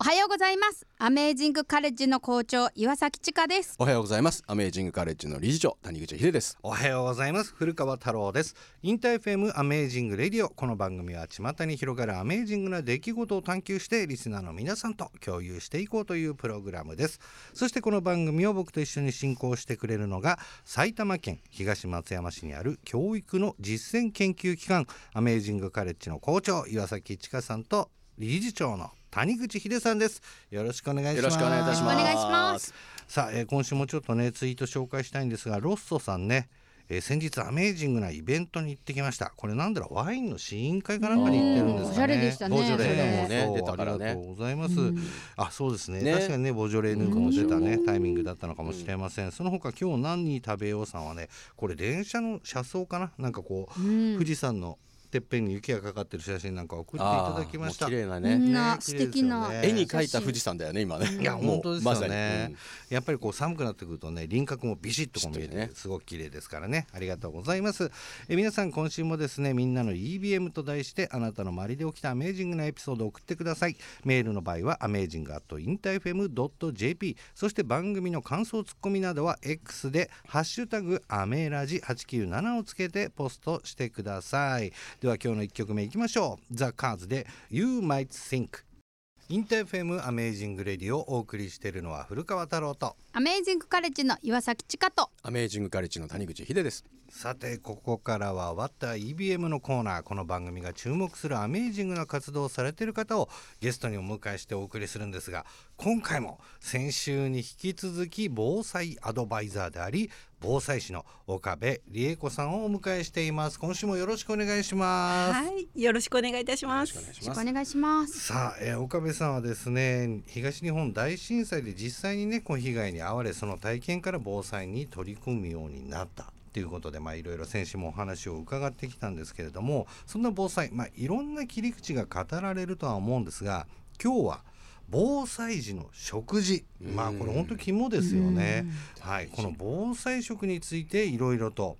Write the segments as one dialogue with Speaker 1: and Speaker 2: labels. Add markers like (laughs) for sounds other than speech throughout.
Speaker 1: はようございますアメージングカレッジの校長岩崎千佳です
Speaker 2: おはようございますアメージングカレッジの理事長谷口秀です
Speaker 3: おはようございます古川太郎ですインターフェムアメージングレディオこの番組は巷に広がるアメージングな出来事を探求してリスナーの皆さんと共有していこうというプログラムですそしてこの番組を僕と一緒に進行してくれるのが埼玉県東松山市にある教育の実践研究機関アメージングカレッジの校長岩崎千佳さんと理事長の谷口秀さんですよろしくお願いします
Speaker 2: よろしくお願いいたします
Speaker 1: お願いします
Speaker 3: さあ、えー今週もちょっとねツイート紹介したいんですがロッソさんね、えー先日アメージングなイベントに行ってきましたこれなんだろうワインの試飲会かなんかに行ってるんで
Speaker 1: う
Speaker 3: すかね
Speaker 1: んおしゃれでしたね
Speaker 3: ボジョレー
Speaker 2: それ
Speaker 3: そう
Speaker 2: 出たからね
Speaker 3: ありがとうございます、あそうですね
Speaker 2: ね
Speaker 3: 確かにねボジョレーヌーボーも出たね、タイミングだったのかもしれません、その他今日何に食べようさんはねこれ電車の車窓かななんかこう、富士山のてっぺんに雪がかかってる写真なんか送っていただきました
Speaker 2: あーもう綺麗な
Speaker 1: みん
Speaker 2: ね
Speaker 1: な
Speaker 3: ね綺
Speaker 1: 素
Speaker 3: 麗です
Speaker 1: 敵
Speaker 3: よね
Speaker 1: な、
Speaker 2: 絵に描いた富士山だよね今ね
Speaker 3: いや
Speaker 2: もう
Speaker 3: 本当ですよね、
Speaker 2: まさに
Speaker 3: やっぱりこう寒くなってくるとね輪郭もビシッとこう見え
Speaker 2: してっとね
Speaker 3: すごく綺麗ですからねありがとうございますえ皆さん今週もですねみんなの EBM と題してあなたの周りで起きたアメージングなエピソードを送ってくださいメールの場合はアメージング at interfm.jp そして番組の感想ツッコミなどは X で「ハッシュタグアメラジ897」をつけてポストしてくださいでは今日の1曲目いきましょう「ザ・カーズで「You Might Think」インターフェムアメージングレディをお送りしているのは古川太郎と
Speaker 1: アメージングカレッジの岩崎千佳と
Speaker 2: アメージングカレッジの谷口秀です
Speaker 3: さてここからは「ワッタ EBM」のコーナーこの番組が注目するアメージングな活動をされている方をゲストにお迎えしてお送りするんですが今回も先週に引き続き防災アドバイザーであり防災士の岡部理恵子さんをお迎えしています今週もよろしくお願いします。
Speaker 4: はい、よろしくお願いいたします。
Speaker 2: お願いし
Speaker 1: お
Speaker 2: ます
Speaker 1: 願いします
Speaker 3: さあ、えー岡部さんはですね東日本大震災で実際にねこう被害に遭われその体験から防災に取り組むようになったということでまあいろいろ先週もお話を伺ってきたんですけれどもそんな防災、まあ、いろんな切り口が語られるとは思うんですが今日は防災時の食事まあこれ本当肝ですよね、はい、この防災食についていろいろと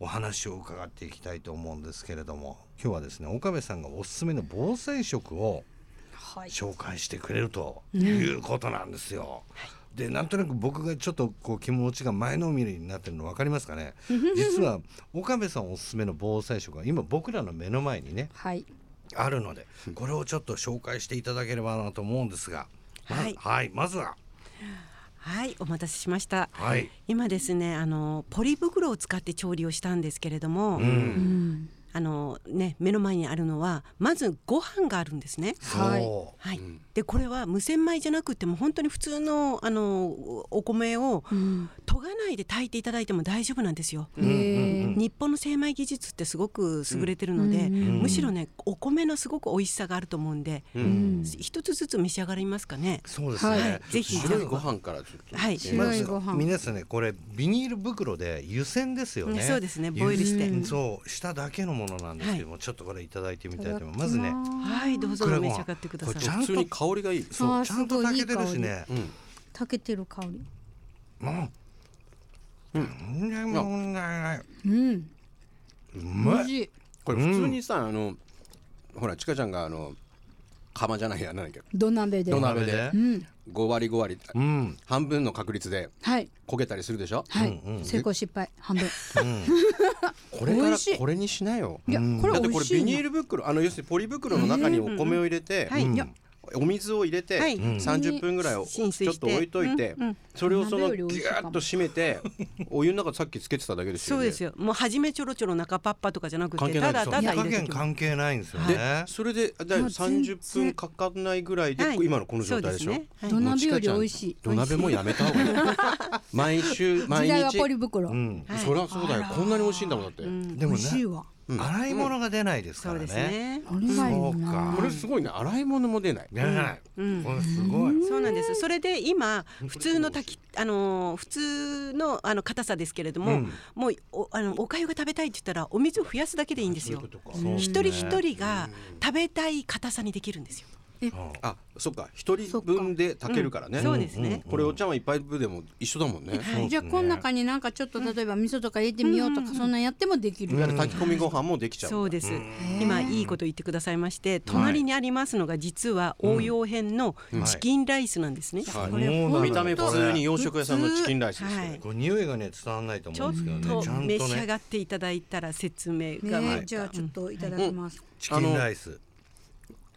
Speaker 3: お話を伺っていきたいと思うんですけれども今日はですね岡部さんがおすすめの防災食を
Speaker 4: はい。
Speaker 3: 紹介してくれるということなんですよ。でなんとなく僕がちょっとこう気持ちが前のめりになってるの分かりますかね実は岡部さんおすすめの防災食が今僕らの目の前にね
Speaker 1: はい
Speaker 3: あるのでこれをちょっと紹介していただければなと思うんですが、ま
Speaker 4: はい
Speaker 3: はい、まずは
Speaker 4: はい、お待たせしました。
Speaker 3: はい
Speaker 4: 今ですね、あのポリ袋を使って調理をしたんですけれども、
Speaker 3: うん
Speaker 4: あのね目の前にあるのはまずご飯があるんですね。
Speaker 1: はい
Speaker 3: そ
Speaker 4: はい。でこれは無洗米じゃなくても本当に普通のあのおお米を研がないで炊いていただいても大丈夫なんですよ。
Speaker 1: へー
Speaker 4: 日本の精米技術ってすごく優れてるので、
Speaker 1: うん
Speaker 3: うん
Speaker 4: むしろねお米のすごく美味しさがあると思うんで、
Speaker 3: う、う、
Speaker 1: うんん
Speaker 4: 一つずつ召し上がりますかね。
Speaker 3: そうですね、
Speaker 1: はい
Speaker 4: ぜひ
Speaker 2: 白いご飯からちょっと
Speaker 4: はい
Speaker 1: 白いご飯
Speaker 3: まず皆さんねこれビニール袋で湯煎ですよね
Speaker 4: ねそうですねボイルして
Speaker 3: 湯煎そうしただけのものなんですけども、ちょっとこれいただいてみたいと思いますまずね
Speaker 4: はい、どうぞ
Speaker 3: これ
Speaker 4: お
Speaker 3: も
Speaker 4: 召し上がってくださ
Speaker 3: これ
Speaker 4: い
Speaker 3: ちゃ。ん
Speaker 2: 普
Speaker 3: と
Speaker 2: 通に香りがいい
Speaker 3: そ
Speaker 1: あ
Speaker 3: う
Speaker 1: ー
Speaker 3: ちゃんと炊けてるしね
Speaker 2: うん
Speaker 1: 炊けてる香り
Speaker 3: うんうんでも問題ない
Speaker 1: うん
Speaker 3: う
Speaker 1: 美
Speaker 3: ま
Speaker 1: 味
Speaker 3: い
Speaker 1: しい
Speaker 2: これ普通にさあのほらちかちゃんがあの釜じゃないやなんだっけ
Speaker 1: 土鍋で
Speaker 2: 土
Speaker 3: 鍋
Speaker 2: 鍋
Speaker 3: で
Speaker 2: で
Speaker 1: うん
Speaker 2: 5割5割
Speaker 3: うん
Speaker 2: 半分の確率で
Speaker 1: はい
Speaker 2: 焦げたりするでしょ
Speaker 1: はい、
Speaker 3: うんうん
Speaker 1: 成功失敗半分
Speaker 2: これ
Speaker 1: 美
Speaker 2: から
Speaker 1: 味しい
Speaker 2: これにしなよ
Speaker 1: いやこれ
Speaker 2: だって
Speaker 1: 美
Speaker 2: こ
Speaker 1: 味
Speaker 2: れ
Speaker 1: しい
Speaker 2: ビ
Speaker 1: な
Speaker 2: ニール袋あの要するにポリ袋の中にお米を入れて、
Speaker 4: はい、いや
Speaker 2: お水を入れて、
Speaker 4: はい
Speaker 2: 30分ぐらいをちょ
Speaker 4: 浸
Speaker 2: っ
Speaker 4: 水して
Speaker 2: と置いといて、
Speaker 4: うんうん
Speaker 2: それをその
Speaker 1: 鍋
Speaker 2: ギ
Speaker 1: よ
Speaker 2: ュ
Speaker 1: り美味しいかも
Speaker 2: ーッと締めてお湯の中さっきつけてただけですよ
Speaker 4: そう
Speaker 2: ね。
Speaker 4: ですよ。もう初めちょろちょろ中パッパとかじゃなく
Speaker 2: 関係
Speaker 4: て、
Speaker 2: ない
Speaker 4: た
Speaker 2: です
Speaker 4: だ
Speaker 2: よ
Speaker 4: ただ
Speaker 3: 火加
Speaker 4: 入れて
Speaker 3: 減
Speaker 4: くる。
Speaker 3: 関係ないんですよ
Speaker 2: で
Speaker 3: ね
Speaker 2: それでだい30分かかんないぐらいで、今のこの状態でしょ。
Speaker 4: そうすね
Speaker 1: 土
Speaker 4: はい
Speaker 1: 鍋より美味しい
Speaker 2: 土鍋もやめた方がいい。毎週毎
Speaker 1: 時代は
Speaker 2: 日。
Speaker 1: ポリ袋、
Speaker 3: うん
Speaker 4: はい
Speaker 2: そりゃそうだよ。こんなに美味しいんだもんだって。
Speaker 3: で
Speaker 1: 美
Speaker 3: も
Speaker 1: 味しい
Speaker 3: ね
Speaker 1: わ
Speaker 2: うん
Speaker 3: 洗い物が出ないです
Speaker 4: そ
Speaker 3: か
Speaker 4: う
Speaker 3: ら
Speaker 4: です
Speaker 3: ね
Speaker 4: ね。
Speaker 1: あれうまいよな
Speaker 3: そう
Speaker 2: これすごいね。洗い物も出ない。
Speaker 3: 出ないこれすごい
Speaker 4: そうなんです。それで今普通の炊きあのー普通のあの硬さですけれども、もうおあのお粥が食べたいって言ったらお水を増やすだけでいいんですよ。
Speaker 2: とか
Speaker 3: そう
Speaker 4: 一人一人が食べたい硬さにできるんですよ。
Speaker 1: え
Speaker 3: うん
Speaker 2: あそっか一人分で炊けるからね、
Speaker 4: そうですね、
Speaker 2: これお茶碗一杯分でも一緒だもんね、
Speaker 3: そうですね
Speaker 1: じゃあこの中になんかちょっと例えば味噌とか入れてみようとかそんなんやってもできる。
Speaker 2: いわゆる炊き込みご飯もできちゃう
Speaker 4: そうです、
Speaker 1: ん
Speaker 4: 今いいこと言ってくださいまして隣にありますのが実は応用編のチキンライスなんですね、
Speaker 2: はい
Speaker 1: これ
Speaker 3: もう
Speaker 1: ほんと
Speaker 2: 見た目普通に洋食屋さんのチキンライスですよね、
Speaker 4: はい
Speaker 3: これ匂いがね伝わらないと
Speaker 4: ち
Speaker 3: 思
Speaker 4: ょ
Speaker 3: う
Speaker 4: っ
Speaker 3: んですけどねちゃ
Speaker 4: と
Speaker 3: ん
Speaker 4: 召
Speaker 3: と
Speaker 4: し上
Speaker 3: ね
Speaker 4: がっていただいたら説明がま
Speaker 1: ねえ、じゃあちょっといただきます。
Speaker 3: チキンライス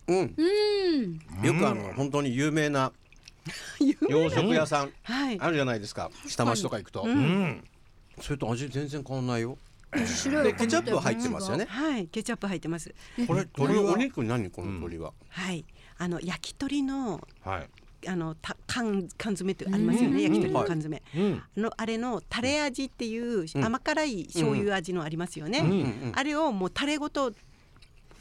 Speaker 2: うん、
Speaker 1: うん。
Speaker 2: よくあの本当に有名な洋食屋さん
Speaker 4: はい
Speaker 2: あるじゃないですか下町とか行くと、
Speaker 3: うん
Speaker 2: それと味全然変わんないよ
Speaker 1: 面白い。
Speaker 2: でケチャップは入ってますよね
Speaker 4: はいケチャップ入ってます
Speaker 2: これ
Speaker 3: これ
Speaker 2: 鶏
Speaker 3: は
Speaker 2: お肉何この鶏は、
Speaker 4: はいあの焼き鳥の
Speaker 3: はい
Speaker 4: あのた缶缶詰ってありますよね、焼き鳥の缶詰、
Speaker 3: うん
Speaker 4: あのあれのタレ味ってい
Speaker 2: う
Speaker 4: う
Speaker 2: ん
Speaker 4: 甘辛い醤油味のありますよね、
Speaker 2: うんうん
Speaker 4: あれをもうタレごと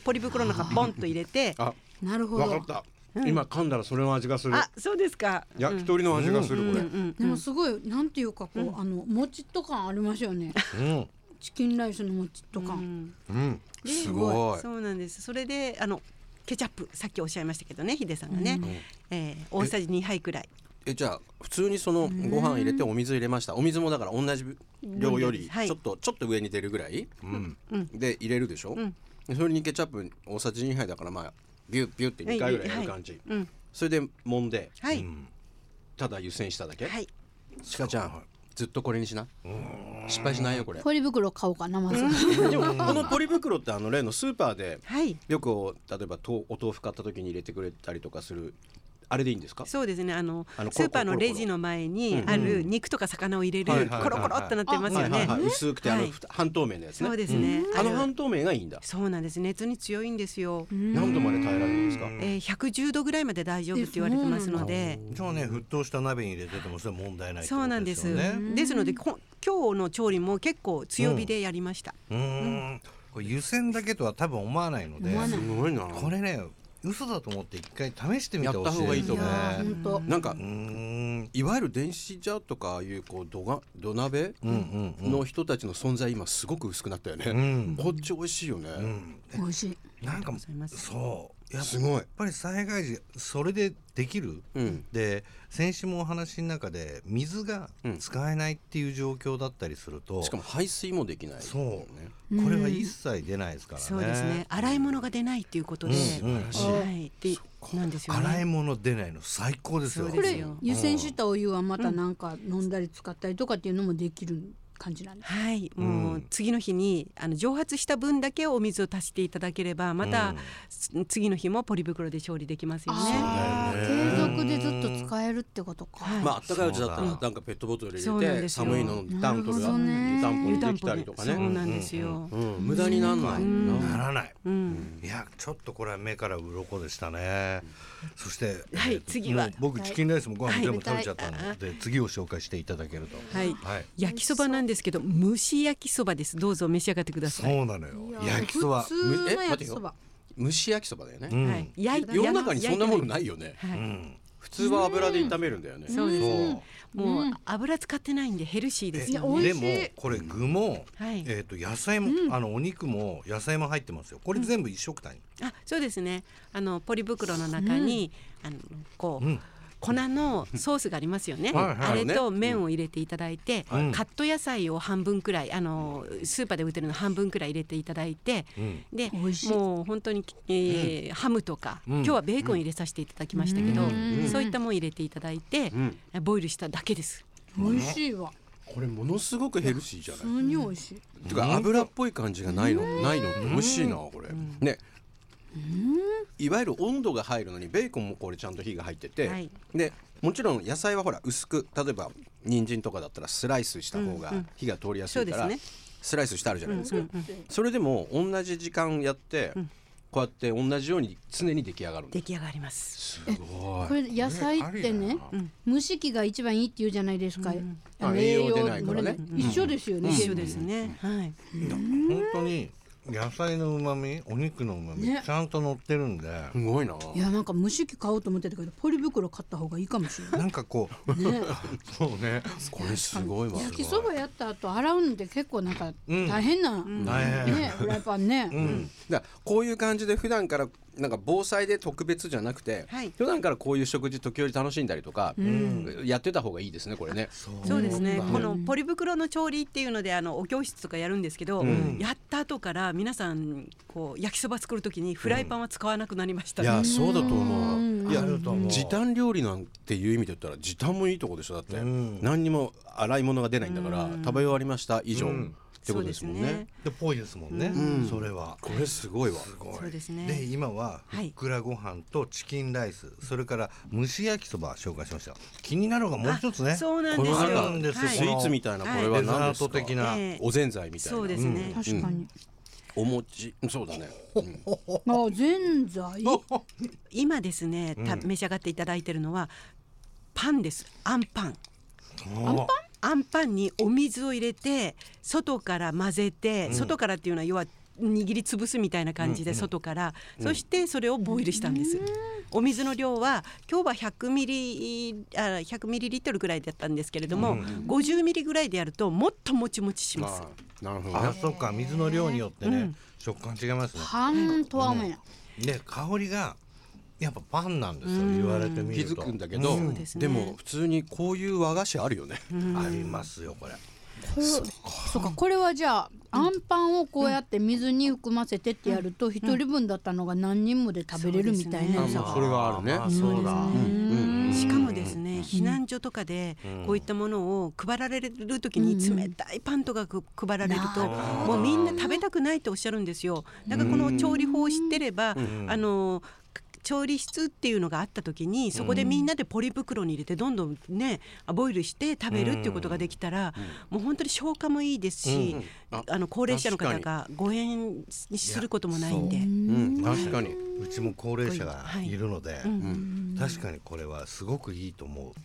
Speaker 4: ポリ袋の中ボンと入れて
Speaker 2: あ
Speaker 1: なるほ
Speaker 2: わか
Speaker 1: ど
Speaker 2: っ。た、今噛んだらそれの味がする
Speaker 4: あそうですか
Speaker 2: 焼き鳥の味がする、これ、
Speaker 4: うんうん
Speaker 1: でもすごいなんていうかこうあのもちっと感ありますよ (laughs) ね。
Speaker 3: うん
Speaker 1: チキンライスのもちっと
Speaker 4: う
Speaker 1: 感。
Speaker 4: ん
Speaker 3: うん
Speaker 2: すごい
Speaker 4: そうなんですそれであのケチャップさっきおっしゃいましたけどねヒデさんがね、えー大さじ2杯くらい
Speaker 2: えじゃあ普通にそのご飯入れてお水入れましたお水もだから同じ量より
Speaker 4: はい
Speaker 2: ちょっと、ちょっと上に出るぐらい
Speaker 3: うん
Speaker 2: で入れるでしょ、でそれにケチャップ大さじ2杯だからまあビュッビュッって2回ぐらいやる感じ、
Speaker 4: うん
Speaker 2: それで揉んで
Speaker 4: はい、
Speaker 2: ただ湯煎しただけ、
Speaker 4: はい
Speaker 2: ちかちゃんずっとこれにしな失敗しないよこれ
Speaker 1: ポリ袋買おうかなまず。
Speaker 2: でもこのポリ袋ってあの例のスーパーで
Speaker 4: はい
Speaker 2: よくお例えばとお豆腐買った時に入れてくれたりとかするあれでいいんですか
Speaker 4: そうですねあの
Speaker 2: あの
Speaker 4: スーパー
Speaker 2: コロコロコロ
Speaker 4: のレジの前にある肉とか魚を入れ
Speaker 3: はい
Speaker 4: る
Speaker 3: はいはい
Speaker 4: コロコロってなってますよ
Speaker 2: はい
Speaker 4: ね
Speaker 2: はいはい、薄くてあの、
Speaker 4: はい
Speaker 2: 半透明のやつね
Speaker 4: そうですね
Speaker 2: あの
Speaker 4: れ
Speaker 2: 半透明がいいんだ
Speaker 4: そうなんです熱に強いんですよ、
Speaker 2: 何度まで耐えられるんですか
Speaker 4: えー、110度ぐらいまで大丈夫って言われてますので
Speaker 3: じゃあね沸騰した鍋に入れててもそれは問題ないって
Speaker 4: そ
Speaker 3: こ
Speaker 4: うな
Speaker 3: と
Speaker 4: ん
Speaker 3: で
Speaker 4: ですす
Speaker 3: よね
Speaker 4: ですのでこ今日の調理も結構強火でやりました、
Speaker 3: うーんこれ湯煎だけとは多分思わないので
Speaker 1: 思わない
Speaker 2: すごいな
Speaker 3: これね嘘だと思って一回試してみてほしい
Speaker 2: やった方がいいと
Speaker 1: い
Speaker 2: 思う
Speaker 1: や
Speaker 3: ね
Speaker 1: 本当。
Speaker 2: なんか
Speaker 3: うーん
Speaker 2: いわゆる電子ジャーとかいうこう土が土鍋
Speaker 3: うんうんうん
Speaker 2: の人たちの存在今すごく薄くなったよね、
Speaker 3: うん
Speaker 2: こっち美味しいよね、
Speaker 3: うん
Speaker 1: 美味しい。
Speaker 3: なんか
Speaker 4: ございます
Speaker 3: そうやっ
Speaker 2: すごい
Speaker 3: やっぱり災害時それでできる、
Speaker 2: うん
Speaker 3: で先週もお話の中で水が
Speaker 2: うん
Speaker 3: 使えないっていう状況だったりすると、
Speaker 2: しかも排水もできない
Speaker 3: そう
Speaker 2: ね
Speaker 3: これは一切出ないですからね。
Speaker 4: そうですね洗い物が出ないっていうことで、
Speaker 3: うんうん
Speaker 4: はいでなんですよね
Speaker 3: 洗い物出ないの最高ですよ。
Speaker 4: そう
Speaker 1: こ
Speaker 4: です
Speaker 1: れ
Speaker 4: よ
Speaker 1: 湯煎したお湯はまたなんか飲んだり使ったりとかっていうのもできる感じなんです。
Speaker 4: はい、も
Speaker 3: う
Speaker 4: うん次の日にあの蒸発した分だけお水を足していただければまた、つ次の日もポリ袋で調理できますよね。
Speaker 1: ああ、継続でずっと使えるってことか。
Speaker 2: まああったかいうちだった
Speaker 3: そう
Speaker 2: ら
Speaker 3: だ
Speaker 2: なんかペットボトル
Speaker 4: そ
Speaker 2: 入
Speaker 4: うなん
Speaker 2: れ
Speaker 4: で
Speaker 2: て
Speaker 4: すよ
Speaker 2: 寒いのダントル
Speaker 1: なるほどね
Speaker 2: 湯たんぽ
Speaker 4: 湯
Speaker 2: に
Speaker 4: た
Speaker 2: で
Speaker 4: ん
Speaker 2: き
Speaker 4: ぽ
Speaker 2: た
Speaker 4: で
Speaker 2: りとか
Speaker 4: そう
Speaker 2: ね、
Speaker 4: なんですよ。
Speaker 2: うん無駄になんないな
Speaker 3: ならない。
Speaker 4: うん、
Speaker 3: いやちょっとこれは目から鱗でしたね。そして、
Speaker 4: はい
Speaker 3: えーと
Speaker 4: 次は
Speaker 3: もう僕チキンライスもご飯全部食べちゃった
Speaker 4: は
Speaker 3: の
Speaker 4: い
Speaker 3: で次を紹介していただけると。
Speaker 4: はい
Speaker 3: はい。
Speaker 4: 焼きそばなんですけど蒸し焼きそばです。どうぞ召し上がってくだ
Speaker 3: そ
Speaker 4: さい。
Speaker 3: うなのよ。焼きそば
Speaker 1: 普。通の
Speaker 2: え
Speaker 1: 焼
Speaker 2: 待
Speaker 1: き
Speaker 2: て
Speaker 1: そば
Speaker 2: よ。蒸し焼きそばだよね、
Speaker 3: うん
Speaker 4: はい、焼い。
Speaker 2: 世の中にそんなものないいよね
Speaker 4: は
Speaker 3: う
Speaker 4: い、
Speaker 3: ん。
Speaker 2: 普通は油で炒めるんだよね
Speaker 4: そうですね。
Speaker 3: そ
Speaker 4: もう油使ってないんでヘルシーです
Speaker 1: いや
Speaker 4: よ
Speaker 1: 美
Speaker 4: ね。
Speaker 1: 味
Speaker 3: で
Speaker 1: しい
Speaker 3: もこれ具も、
Speaker 4: はい
Speaker 3: えっ、と野菜も、あのお肉も野菜も入ってますよ。これ全部一食単に。
Speaker 4: あ、そうですね。あのポリ袋の中に、あのこう。
Speaker 3: うん
Speaker 4: 粉のソースがありますよね。
Speaker 3: はいはい
Speaker 4: あれと麺を入れていただいて、
Speaker 3: うん
Speaker 4: カット野菜を半分くらい、あのスーパーで売ってるの半分くらい入れていただいて。
Speaker 3: うん
Speaker 4: で
Speaker 1: 美味しい
Speaker 4: もう本当に、えーハムとか、
Speaker 3: うん
Speaker 4: 今日はベーコン入れさせていただきましたけど、
Speaker 1: うん
Speaker 4: そういったもん入れていただいて、
Speaker 2: ん
Speaker 4: ボイルしただけです。
Speaker 1: 美味しいわ。
Speaker 2: これものすごくヘルシーじゃない
Speaker 1: 普通に美味しい。
Speaker 2: てか油っぽい感じがないのないのって美味しいなこれねいわゆる温度が入るのにベーコンもこれちゃんと火が入ってて、
Speaker 4: はい
Speaker 2: でもちろん野菜はほら薄く例えば人参とかだったらスライスした方が火が通りやすいから、
Speaker 4: そうです
Speaker 2: スライスしてあるじゃないですか、それでも同じ時間やって、こうやって同じように常に出来上がるんだ
Speaker 4: 出来上がります。
Speaker 2: すごい
Speaker 1: これ野菜ってね、蒸し器が一番いいって言うじゃないですか。あの
Speaker 2: あ栄養出ないからね
Speaker 1: もう一緒ですよね。
Speaker 4: 一緒ですね。はい。
Speaker 3: 本当に野菜の旨味、お肉の旨味、
Speaker 1: ね
Speaker 3: ちゃんと乗ってるんで。
Speaker 2: すごいない
Speaker 1: やなんか蒸し器買おうと思ってたけどポリ袋買った方がいいかもしれない。
Speaker 3: なんかこう、
Speaker 1: ね、
Speaker 3: (laughs) そうね。
Speaker 2: これすごいわ
Speaker 1: 焼きそばやった後洗うのって結構なんか大変な、
Speaker 3: 大変
Speaker 1: ねフライパンね、
Speaker 2: だからこういう感じで普段からなんか防災で特別じゃなくて、
Speaker 4: はい
Speaker 2: 普段からこういう食事時折楽しんだりとか、やってた方がいいですねこれね。
Speaker 4: そうですね、
Speaker 2: うん
Speaker 4: このポリ袋の調理っていうのであのお教室とかやるんですけど、
Speaker 2: うん
Speaker 4: やった後から皆さんこう焼きそば作る時にフライパンは使わなくなりました、
Speaker 2: い
Speaker 4: ね
Speaker 2: やそうだと思
Speaker 1: うん
Speaker 2: う。いや
Speaker 3: あると思う
Speaker 2: 時短料理なんていう意味で言ったら時短もいいとこでしょだって、
Speaker 3: うん
Speaker 2: 何にも洗い物が出ないんだから、食べ終わりました以上、
Speaker 3: うん
Speaker 2: ってことですもんね。
Speaker 4: そうです
Speaker 3: でぽいですもんね、
Speaker 2: うん
Speaker 3: それは
Speaker 2: これすごいわ。
Speaker 3: すごい
Speaker 4: そうですね
Speaker 3: で今はふ
Speaker 4: はい
Speaker 3: っくらご飯とチキンライス、それから蒸し焼きそば紹介しました気になるのがもう一つね
Speaker 4: あそうなん
Speaker 2: こ
Speaker 4: です
Speaker 2: の
Speaker 4: よ
Speaker 3: ある
Speaker 2: なんん
Speaker 3: で
Speaker 2: か
Speaker 3: す
Speaker 2: ス
Speaker 3: よ、
Speaker 4: はい
Speaker 2: イーツみたいなこれは
Speaker 3: デザ
Speaker 2: 何
Speaker 3: ー
Speaker 2: です
Speaker 3: ト
Speaker 2: か。
Speaker 3: 的な、
Speaker 4: ええ
Speaker 2: おぜんざいみたいな。
Speaker 4: そうですね、
Speaker 1: 確かに。
Speaker 2: お餅そうだね。うん
Speaker 1: あ、ぜんざい。
Speaker 4: 今ですね、た召し上がっていただいてるのはパンですあんパン
Speaker 3: あー
Speaker 4: あんパンにお水を入れて外から混ぜて、外からっていうのは要は握りつぶすみたいな感じで外から、そしてそれをボイルしたんです、お水の量は今日は100ミリあ100ミリリットルぐらいだったんですけれども、50ミリぐらいでやるともっともちもちします
Speaker 2: ああなるほど
Speaker 3: あ
Speaker 2: ね。
Speaker 3: そっか水の量によってね、
Speaker 4: うん
Speaker 3: 食感違いますね
Speaker 1: パンとは思えない。
Speaker 3: で香りがやっぱパンなんですよ、言われてみ
Speaker 2: 気
Speaker 3: ると
Speaker 2: づくんだけど、
Speaker 4: そうですね
Speaker 2: でも普通にこういう和菓子あるよね。
Speaker 3: ありますよこれ
Speaker 1: これそうか、これはじゃあ、あんパンをこうやって水に含ませてってやると、一人分だったのが何人もで食べれるみたいな
Speaker 2: あ
Speaker 1: やつだ
Speaker 2: まあ
Speaker 1: か
Speaker 2: それはあるね。
Speaker 3: まあそうだ、
Speaker 4: しかもですね、避難所とかでこういったものを配られる時に冷たいパンとかく配られると、もうみんな食べたくないとおっしゃるんですよ。だからこの調理法を知ってれば、あの調理室っていうのがあった時にそこでみんなでポリ袋に入れてどんどんねボイルして食べるっていうことができたら、もう本当に消化もいいですし、
Speaker 2: あ
Speaker 4: あの高齢者の方
Speaker 2: 確か
Speaker 4: が誤えんすることもないんで。
Speaker 2: うん確かに。
Speaker 3: うちも高齢者が
Speaker 4: はい
Speaker 3: いるので、
Speaker 2: ん
Speaker 3: 確かにこれはすごくいいと思う、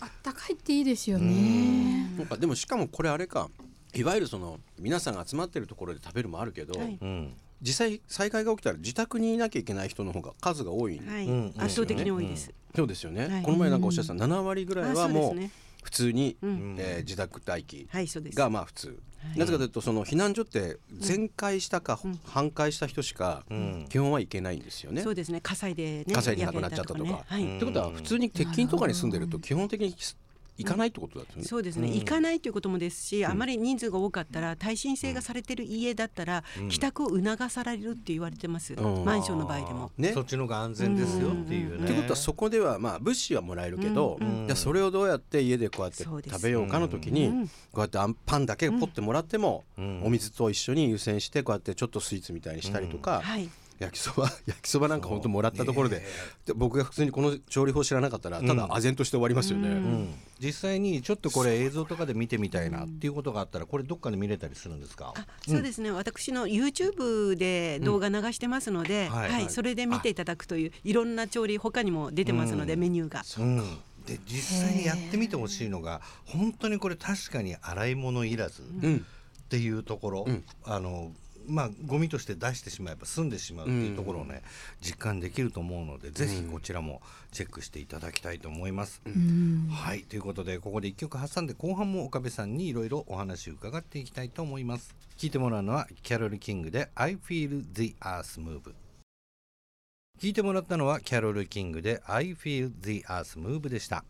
Speaker 1: あったかいっていいですよね。
Speaker 2: なんかでもしかもこれあれか。いわゆるその皆さんが集まってるところで食べるもあるけど、
Speaker 4: はい
Speaker 3: うん
Speaker 2: 実際災害が起きたら自宅にいなきゃいけない人の方が数が多い、
Speaker 4: はい
Speaker 3: うん
Speaker 4: 圧倒的に多いです。
Speaker 2: そうですよね、
Speaker 4: はい
Speaker 2: この前なんかおっしゃってた7割ぐらい
Speaker 4: あそ
Speaker 2: は
Speaker 4: うです
Speaker 2: もう
Speaker 4: ね
Speaker 2: 普通に、
Speaker 4: ん
Speaker 2: えー自宅待機
Speaker 4: はい、そうです。
Speaker 2: がまあ普通、なぜかというとその避難所って全壊したか、半壊した人しか
Speaker 3: ん
Speaker 2: 基本はいけないんですよね。
Speaker 4: そうですね火災でね
Speaker 2: 火災で亡くなっちゃったとか。
Speaker 4: 焼けたねはい
Speaker 2: ってことは普通に鉄筋とかに住んでると基本的に行かないってことだよね。
Speaker 4: そうですね、行かないということもですし、あまり人数が多かったら、耐震性がされてる家だったら、帰宅を促されるって言われてます、
Speaker 2: うん
Speaker 4: マンションの場合でも。
Speaker 2: ね
Speaker 3: そっちの方が安全ですよっていうね、
Speaker 2: ってことはそこではまあ物資はもらえるけど、じゃあそれをどうやって家でこうやって
Speaker 4: そうです
Speaker 2: 食べようかの時にこうやってあんパンだけポッてもらっても、お水と一緒に湯煎してこうやってちょっとスイーツみたいにしたりとか、
Speaker 4: はい、
Speaker 2: 焼きそば (laughs) 焼きそばなんか本当もらったところで,、で僕が普通にこの調理法知らなかったらただ唖然として終わりますよね。
Speaker 3: うん実際にちょっとこれ映像とかで見てみたいなっていうことがあったらこれどっかで見れたりするんですか
Speaker 4: あそうですね、私の YouTube で動画流してますので、
Speaker 3: うんは
Speaker 4: はいい
Speaker 3: はい
Speaker 4: それで見ていただくという、いろんな調理、他にも出てますので、メニューが。
Speaker 3: うん、で実際にやってみてほしいのが本当にこれ確かに洗い物いらずっていうところ、あのまあゴミとして出してしまえば済んでしまうっていうところをね、実感できると思うのでぜひこちらもチェックしていただきたいと思います。はいということでここで1曲挟んで後半も岡部さんにいろいろお話伺っていきたいと思います。聞いてもらうのはキャロル・キングで「I Feel the Earth Move」。聞いてもらったのはキャロル・キングで I Feel the Earth Move でした。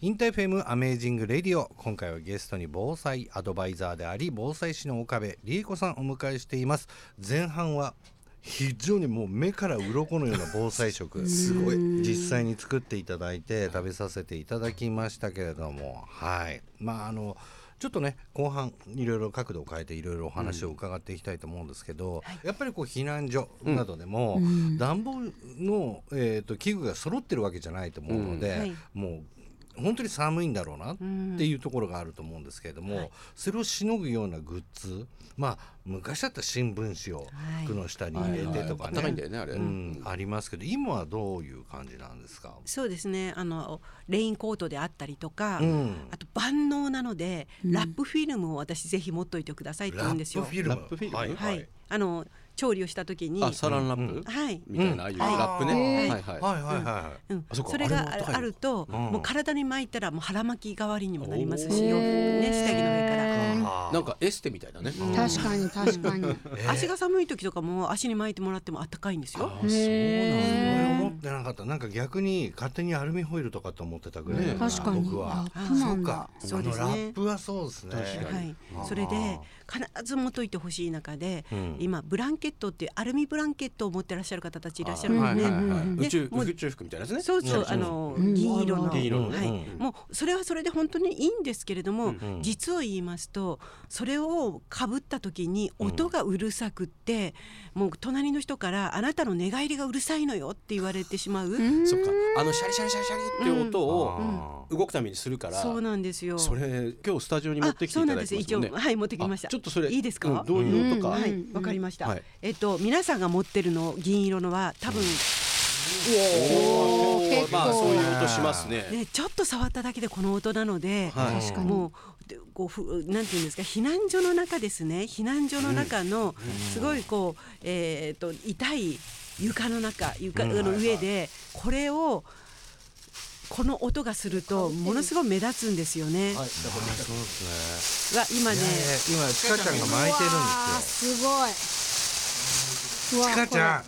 Speaker 3: インターフェムアメージングレディオ今回はゲストに防災アドバイザーであり防災士の岡部理恵子さんをお迎えしています前半は非常にもう目から鱗のような防災食 (laughs) すごい実際に作っていただいて食べさせていただきましたけれどもはいまああのちょっとね後半いろいろ角度を変えていろいろお話を伺っていきたいと思うんですけど、やっぱりこう避難所などでも、暖房の、えー、と器具が揃ってるわけじゃないと思うので、
Speaker 4: うんはい
Speaker 3: もう本当に寒いんだろうなっていうところがあると思うんですけれども、それをしのぐようなグッズまあ昔だったら新聞紙を
Speaker 4: はい
Speaker 3: 服の下に入れてとか
Speaker 2: あったかいんだよ
Speaker 3: ね
Speaker 2: ねあれ、
Speaker 3: うんありますけど今はどういう感じなんですか、
Speaker 4: そうですねあのレインコートであったりとか、
Speaker 3: うん
Speaker 4: あと万能なので、ラップフィルムを私ぜひ持っといてくださいって言うんですよ。
Speaker 3: ラップフィルム
Speaker 2: ラップフィルム
Speaker 3: はい
Speaker 4: はい、あの調理をした時に
Speaker 2: あサランラップ
Speaker 4: はい、
Speaker 2: みたいなああいうラップ
Speaker 1: う
Speaker 2: ね
Speaker 1: ん
Speaker 2: はいはい
Speaker 3: はいはいは
Speaker 4: うん
Speaker 2: あ
Speaker 4: そ
Speaker 2: そっか
Speaker 4: れ
Speaker 2: あ
Speaker 4: が
Speaker 2: れもあったかい
Speaker 4: ああると、
Speaker 3: うん
Speaker 4: もう体に巻いたらもう腹巻き代わりにもなります
Speaker 2: お
Speaker 4: し
Speaker 2: ー
Speaker 4: 洋服ね下着の上から。
Speaker 3: い。
Speaker 1: か
Speaker 3: はあ
Speaker 2: なんかエステみたいだね
Speaker 3: うん
Speaker 1: 確かに確かに
Speaker 3: えー
Speaker 4: 足が寒い時とかも足に巻いてもらってもあったかいんですよ。
Speaker 2: あ
Speaker 3: そ
Speaker 1: へ
Speaker 3: れ思ってなかった。なんか逆に勝手にアルミホイルとかと思ってたぐらいだ
Speaker 2: ね
Speaker 3: から。
Speaker 1: 確かに
Speaker 3: 僕は。
Speaker 1: ラップなんだ
Speaker 4: そうです
Speaker 3: あ
Speaker 4: ね
Speaker 3: のラップはそうですね。
Speaker 2: 確かに
Speaker 4: はい
Speaker 3: あー、
Speaker 4: それで必ず持っといてほしい中で、
Speaker 3: うん
Speaker 4: 今ブランケットっていうアルミブランケットを持ってらっしゃる方たちいらっしゃ
Speaker 2: あ
Speaker 4: るの
Speaker 2: はい
Speaker 4: で、
Speaker 2: はい
Speaker 1: うんうん
Speaker 2: は
Speaker 1: うん
Speaker 2: い宇宙
Speaker 4: もう
Speaker 2: 宇宙服みたいなやつね
Speaker 4: そうそうあの銀色の、
Speaker 1: うん
Speaker 2: 銀色の
Speaker 4: はい、
Speaker 3: うん
Speaker 4: もうそれはそれで本当にいいんですけれども、
Speaker 3: ん
Speaker 4: 実を言いますとそれをかぶった時に音がうるさくって、もう隣の人からあなたの寝返りがうるさいのよって言われてしまう、
Speaker 2: そっかあのシャリシャリシャリシャリっていう音を
Speaker 3: あー
Speaker 2: 動くためにするから
Speaker 4: そうなんですよ。
Speaker 2: それ今日スタジオに持ってきていただいてますも
Speaker 4: あそう
Speaker 2: ん
Speaker 4: なんです
Speaker 2: ね
Speaker 4: 一応はい持ってきました
Speaker 2: あちょっとそれ
Speaker 4: いいですか
Speaker 2: うんどういう音か
Speaker 1: うん
Speaker 4: は
Speaker 1: う
Speaker 4: いわかりました。
Speaker 2: はい
Speaker 4: えっと皆さんが持ってるの銀色のは多分
Speaker 1: おー結構
Speaker 2: まあそういう音しますね
Speaker 4: ねちょっと触っただけでこの音なので、
Speaker 2: はい
Speaker 1: 確かに
Speaker 4: もうでこうふなんていうんですか避難所の中ですね避難所の中のすごいこう、えー、と痛い床の中床
Speaker 3: うん
Speaker 4: の上でこれをこの音がするとものすごい目立つんですよね。
Speaker 2: はいじゃあこれ
Speaker 3: そうです
Speaker 4: わ今
Speaker 3: ね。
Speaker 4: ね
Speaker 3: ね今ちかちゃんが巻いてるんです
Speaker 1: すごい
Speaker 3: よ。ちかちゃん。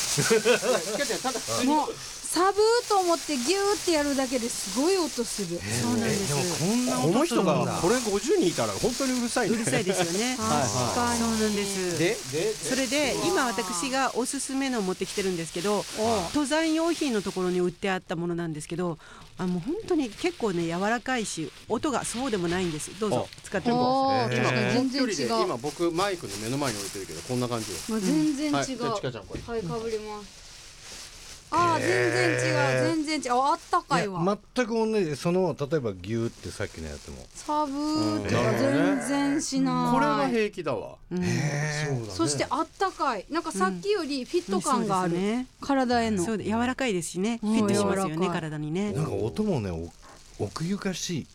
Speaker 2: ちかちゃんただ普通に
Speaker 1: もうサブーと思ってギューってやるだけですごい音する
Speaker 4: そうなんです
Speaker 3: えでもこん
Speaker 2: こ
Speaker 3: な
Speaker 2: の
Speaker 3: 音する
Speaker 2: 人
Speaker 3: んだ。
Speaker 2: がこれ50人いたら本当にうるさいうね
Speaker 4: るさいですよね。
Speaker 1: 確か
Speaker 2: は
Speaker 1: に
Speaker 4: そうなんです。
Speaker 2: でで
Speaker 4: それで今私がおすすめのを持ってきてるんですけど登山用品のところに売ってあったものなんですけどあもう本当に結構ね柔らかいし音がそうでもないんですどうぞ使っても
Speaker 1: お
Speaker 3: え
Speaker 1: ー確
Speaker 3: ー
Speaker 1: かに
Speaker 2: 距
Speaker 1: 全
Speaker 2: 離で
Speaker 1: 然違う
Speaker 2: 今僕マイクの目の前に置いてるけどこんな感じよ
Speaker 1: もう全然違う、
Speaker 2: はいじゃあちかちゃんこれ
Speaker 1: はいかぶりますあー全然違う全然違うああったかいわ
Speaker 3: いや全く同じその例えばギューってさっきのやつも
Speaker 1: サブーと
Speaker 2: な
Speaker 1: か
Speaker 2: るほどね
Speaker 1: 全然しない、
Speaker 2: これは平気だわ
Speaker 1: そしてあったかいなんかさっきよりフィット感がある、
Speaker 4: そうですね
Speaker 1: 体への
Speaker 4: そうで柔らかいですしねフ
Speaker 1: うん
Speaker 4: ィットしますよ
Speaker 1: 柔らか
Speaker 4: ね
Speaker 1: い
Speaker 4: 体にね
Speaker 3: なんか音もねお奥ゆかしい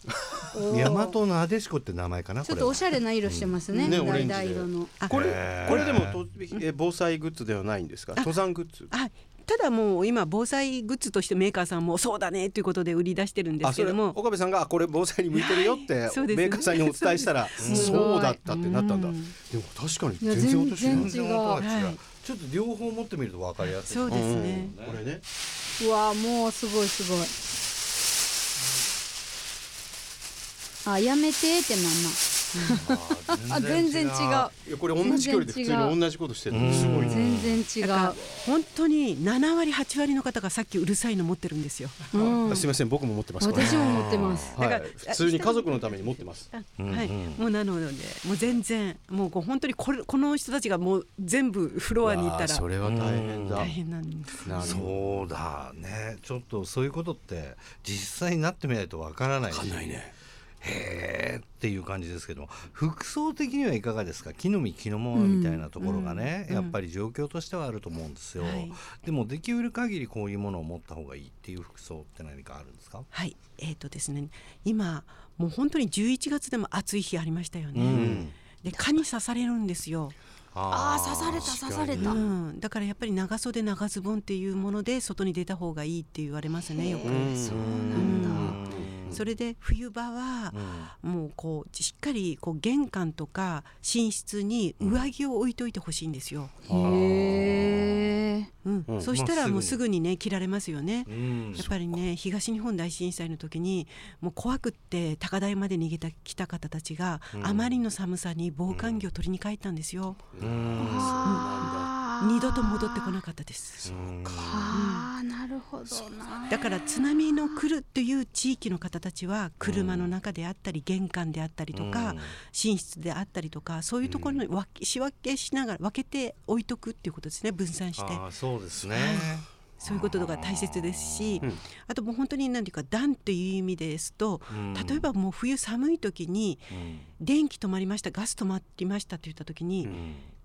Speaker 1: おー
Speaker 3: 大和のアデシコって名前かな
Speaker 1: ちょ
Speaker 3: こ
Speaker 1: っ
Speaker 3: れ
Speaker 1: とお
Speaker 3: は
Speaker 1: しゃれな色してますね
Speaker 2: うんね
Speaker 1: 橙
Speaker 2: オレンジで
Speaker 1: 色の
Speaker 4: あ
Speaker 2: これ
Speaker 3: へー
Speaker 2: これでもとえ防災グッズではないんですか登山グッズ
Speaker 4: あただもう今防災グッズとしてメーカーさんもそうだねということで売り出してるんで
Speaker 2: あ
Speaker 4: すけ
Speaker 2: それ
Speaker 4: ども
Speaker 2: 岡部さんがあこれ防災に向いてるよってメ
Speaker 4: はいそうです
Speaker 2: ーカーさんにお伝えしたら
Speaker 1: うです
Speaker 2: そうだったってなったんだでも確かに
Speaker 1: いや
Speaker 2: 全然音しない
Speaker 1: 全然違う
Speaker 3: 音が違う、
Speaker 4: はい
Speaker 3: ちょっと両方持ってみると分かりやすい
Speaker 4: そうですね
Speaker 2: うんこれね
Speaker 1: うわーもうすごいすごいあやめてってなんな
Speaker 3: あ
Speaker 1: あ全然違う
Speaker 2: いやこれ同じ距離で普通に同じことしてるのすごいね
Speaker 1: 全然違
Speaker 4: だから本当に7割8割の方がさっきうるさいの持ってるんですよ。
Speaker 1: う、うん
Speaker 2: あ、すみません僕も持ってますこれ
Speaker 1: 私も持ってます
Speaker 2: は
Speaker 4: だ
Speaker 2: い
Speaker 4: から
Speaker 2: 普通に家族のために持ってます
Speaker 4: はい、もうなのでもう全然もうこう本当にこれこの人たちがもう全部フロアにいたら
Speaker 2: それは大変だ
Speaker 4: 大変なんです。
Speaker 2: なるほど
Speaker 3: そうだねちょっとそういうことって実際になってみないと分からないし
Speaker 2: わかんないね
Speaker 3: へーっていう感じですけども服装的にはいかがですか木の実木のもみたいなところがね、やっぱり状況としてはあると思うんですよ、
Speaker 4: はい
Speaker 3: でもできうる限りこういうものを持った方がいいっていう服装って何かあるんですか
Speaker 4: はい、えっ、とですね今もう本当に11月でも暑い日ありましたよね。
Speaker 3: ん
Speaker 4: で蚊に刺されるんですよ、
Speaker 1: あー刺された刺された
Speaker 4: うん、だからやっぱり長袖長ズボンっていうもので外に出た方がいいって言われますねよく。
Speaker 1: そうなんだ
Speaker 4: それで冬場はもうこうしっかりこう玄関とか寝室に上着を置いといてほしいんですよ、
Speaker 1: へえ
Speaker 4: うん
Speaker 2: うん
Speaker 4: そした
Speaker 3: まあ
Speaker 4: らもう
Speaker 3: す
Speaker 4: す
Speaker 3: ぐ
Speaker 4: ぐにね着られますよね、
Speaker 3: うん
Speaker 4: やっぱりね東日本大震災の時にもう怖くって高台まで逃げてきた方たちが、あまりの寒さに防寒着を取りに帰ったんですよ、二度と戻ってこなかったです
Speaker 1: ああなるほどな
Speaker 4: だから津波の来るという地域の方たちは車の中であったり玄関であったりとか寝室であったりとかそういうところに分け仕分けしながら分けて置いとくっていうことですね分散して
Speaker 3: あーそうですね、
Speaker 4: そういうことが大切ですしあともう本当に何ていうか暖という意味ですと例えばもう冬寒い時に電気止まりましたガス止まりましたといった時に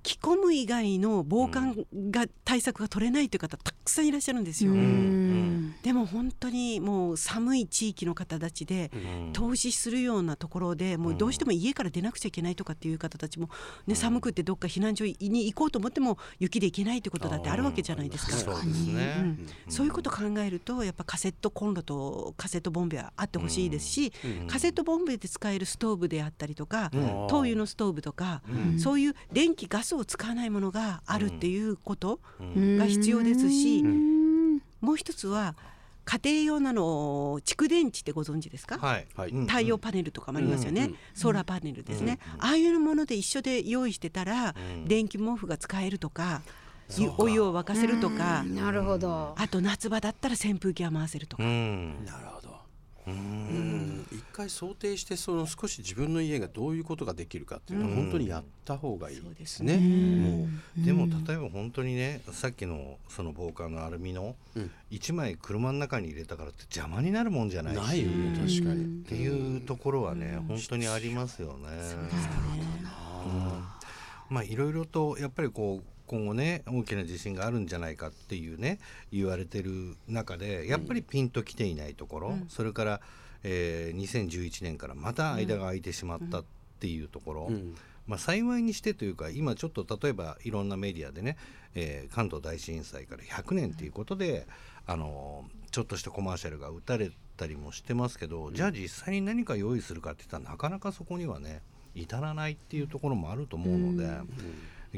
Speaker 4: 着込む以外の防寒が対策が取れないという方たくさんいらっしゃるんですよ。
Speaker 1: うん
Speaker 4: でも本当にもう寒い地域の方たちで
Speaker 2: うん
Speaker 4: 投資するようなところでもうどうしても家から出なくちゃいけないとかっていう方たちも、ね、寒くてどっか避難所に行こうと思っても雪で行けないってことだってあるわけじゃないですか。
Speaker 3: そうですね、
Speaker 4: うんそういうことを考えるとやっぱカセットコンロとカセットボンベはあってほしいですし、
Speaker 2: うん
Speaker 4: カセットボンベで使えるストーブであったりとか、
Speaker 2: うん
Speaker 4: 灯油のストーブとか、
Speaker 1: ん
Speaker 4: そういう電気ガスを使わないものがあるっていうこと
Speaker 1: うん
Speaker 4: が必要ですし、
Speaker 1: うん
Speaker 4: もう一つは家庭用なの蓄電池ってご存知ですか、
Speaker 3: はい、
Speaker 2: はい
Speaker 3: うん
Speaker 4: 太陽パネルとかもありますよね、
Speaker 2: うんうん
Speaker 4: ソーラーパネルですね、ああいうもので一緒で用意してたら、
Speaker 3: うん
Speaker 4: 電気毛布が使えるとかお湯を沸かせるとか、
Speaker 1: なるほど
Speaker 4: あと夏場だったら扇風機は回せるとか、
Speaker 3: うん
Speaker 2: なるほどうん一回想定してその少し自分の家がどういうことができるかっていうのは本当にやった方がいいですね。も
Speaker 3: でも例えば本当にねさっきのその防寒のアルミの
Speaker 2: うん
Speaker 3: 1枚車の中に入れたからって邪魔になるもんじゃ
Speaker 2: う
Speaker 3: ないし
Speaker 2: ないよね確かに。っ
Speaker 3: っていうところはね、本当にありますよね。まあいろいろとやっぱりこう今後ね大きな地震があるんじゃないかっていうね言われてる中でやっぱりピンときていないところ、それから、えー2011年からまた間が空いてしまったっていうところ、
Speaker 2: うん
Speaker 3: まあ、幸いにしてというか今ちょっと例えばいろんなメディアでね、えー関東大震災から100年ということで、あのーちょっとしたコマーシャルが打たれたりもしてますけど、じゃあ実際に何か用意するかって言ったらなかなかそこにはね至らないっていうところもあると思うので、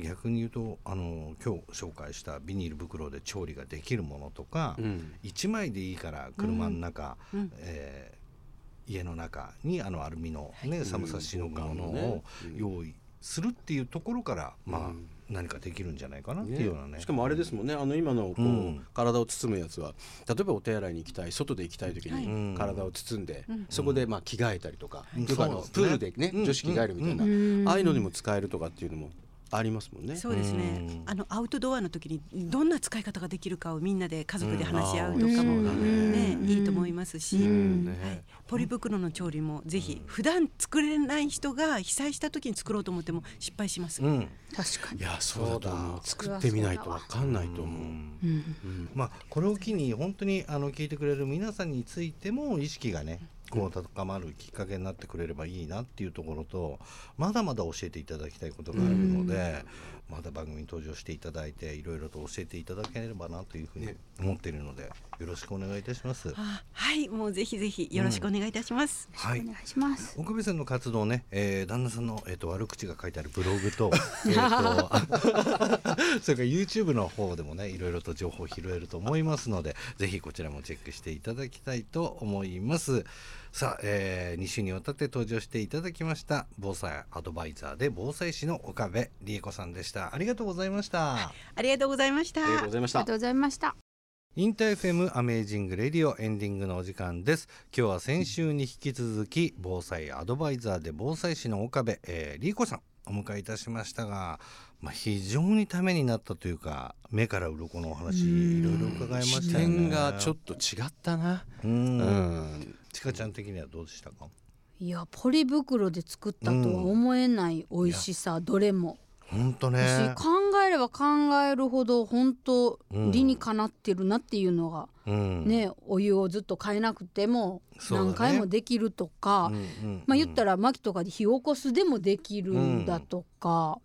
Speaker 3: 逆に言うと、あのー今日紹介したビニール袋で調理ができるものとか、
Speaker 2: うん
Speaker 3: 1枚でいいから車の中、えー家の中にあのアルミの、ね寒さしのぐものを用意するっていうところから、まあ何かできるんじゃないかなっていうようなね
Speaker 2: しかもあれですもんねあの今のこう、
Speaker 3: うん
Speaker 2: 体を包むやつは例えばお手洗いに行きたい外で行きたい時
Speaker 3: うん
Speaker 2: に体を包んで、そこでまあ着替えたりとか、
Speaker 3: うん
Speaker 2: よくあの
Speaker 3: そう
Speaker 2: プ
Speaker 3: ですね
Speaker 2: ールでね、
Speaker 3: うん
Speaker 2: 女子着替えるみたいな、
Speaker 1: うん
Speaker 2: ああいうのにも使えるとかっていうのもありますもんね。
Speaker 4: そうです
Speaker 3: うん
Speaker 4: ねあのアウトドアの時にどんな使い方ができるかをみんなで家族で話し合うとかも、
Speaker 1: うんあーそうだね
Speaker 4: ねいいと思いますし、
Speaker 1: ん
Speaker 3: ね
Speaker 4: はい、ポリ袋の調理もぜひ普段作れない人が被災した時に作ろうと思っても失敗します。
Speaker 3: うん
Speaker 1: 確かに
Speaker 2: いやそうだと思う作ってみないとわかんないと思う。
Speaker 3: まあこれを機に本当にあの聞いてくれる皆さんについても意識がねこう高まるきっかけになってくれればいいなっていうところとまだまだ教えていただきたいことがあるので、また番組に登場していただいていろいろと教えていただければなというふうに思っているので、よろしくお願いいたします。
Speaker 4: あはいもうぜひぜひよろしくお願いいたします。
Speaker 3: はい
Speaker 1: お願いします
Speaker 3: 奥部さんの活動ね、えー、旦那さんの、えー、と悪口が書いてあるブログとえーと (laughs) それから YouTube の方でもねいろいろと情報を拾えると思いますのでぜひこちらもチェックしていただきたいと思いますさあ、え2週にわたって登場していただきました防災アドバイザーで防災士の岡部理恵子さんでしたありがとうございました。
Speaker 4: ありがとうございました。
Speaker 2: ありがとうございまし
Speaker 1: ありが
Speaker 2: た
Speaker 1: とうございました
Speaker 3: インターフェムアメージングレディオエンディングのお時間です今日は先週に引き続き防災アドバイザーで防災士の岡部、えー、理子さんお迎えいたしましたがまあ非常にためになったというか目から鱗のお話いろいろ伺いまし
Speaker 2: 視
Speaker 3: たよね
Speaker 2: 点がちょっと違ったな。
Speaker 3: うん
Speaker 2: うん
Speaker 3: ちかちゃん的にはどうでしたか
Speaker 1: いやポリ袋で作ったとは思えない美味しさ、どれも、
Speaker 3: 本当
Speaker 1: 私
Speaker 3: ね
Speaker 1: 考えれば考えるほど本当
Speaker 3: うん
Speaker 1: 理にかなってるなっていうのが、
Speaker 3: うん
Speaker 1: ねお湯をずっと変えなくても
Speaker 3: そうだね
Speaker 1: 何回もできるとか、
Speaker 3: うんうん
Speaker 1: まあ言ったら薪とかで火起こすでもできるんだとか、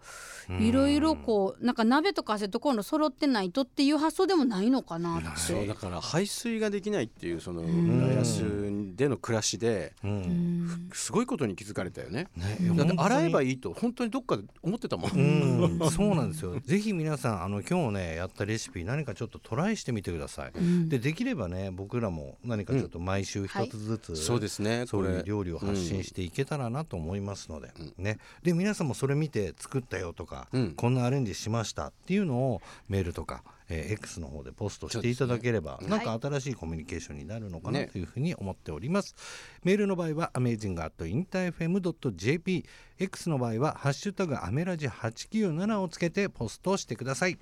Speaker 1: いろいろこうなんか鍋とかせところ揃ってないとっていう発想でもないのかなって。
Speaker 2: そうだから排水ができないっていうその浦安での暮らしで
Speaker 3: うん
Speaker 2: すごいことに気づかれたよね。
Speaker 3: ね
Speaker 2: だって洗えば
Speaker 3: い
Speaker 2: いいと本当にどっかで思ってたもん。
Speaker 3: うん、そうなんですよ。ぜひ皆さん、あの今日ね、やったレシピ、何かちょっとトライしてみてください。で、できればね、僕らも何かちょっと毎週一つずつ、
Speaker 2: そうですね。
Speaker 3: そういう料理を発信
Speaker 2: し、
Speaker 3: していけたらなと思いますので、ね。で、皆さんもそれ見て作ったよとか、
Speaker 2: うん
Speaker 3: こんなアレンジしましたっていうのをメールとか、えー X の方でポストしていただければ、なんか新しいコミュニケーションになるのかな
Speaker 2: ね
Speaker 3: というふうに思っております。メールの場合は amazing.interfm.jp X の場合は「ハッシュタグアメラジ897」をつけてポストしてください。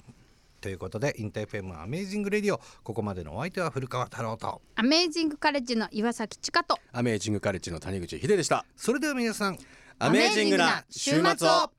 Speaker 3: ということでインターフェムアメージングレディオここまでのお相手は古川太郎と
Speaker 1: アメージングカレッジの岩崎千佳と
Speaker 2: アメージングカレッジの谷口秀でした。
Speaker 3: それでは皆さん
Speaker 2: アメージングな週末を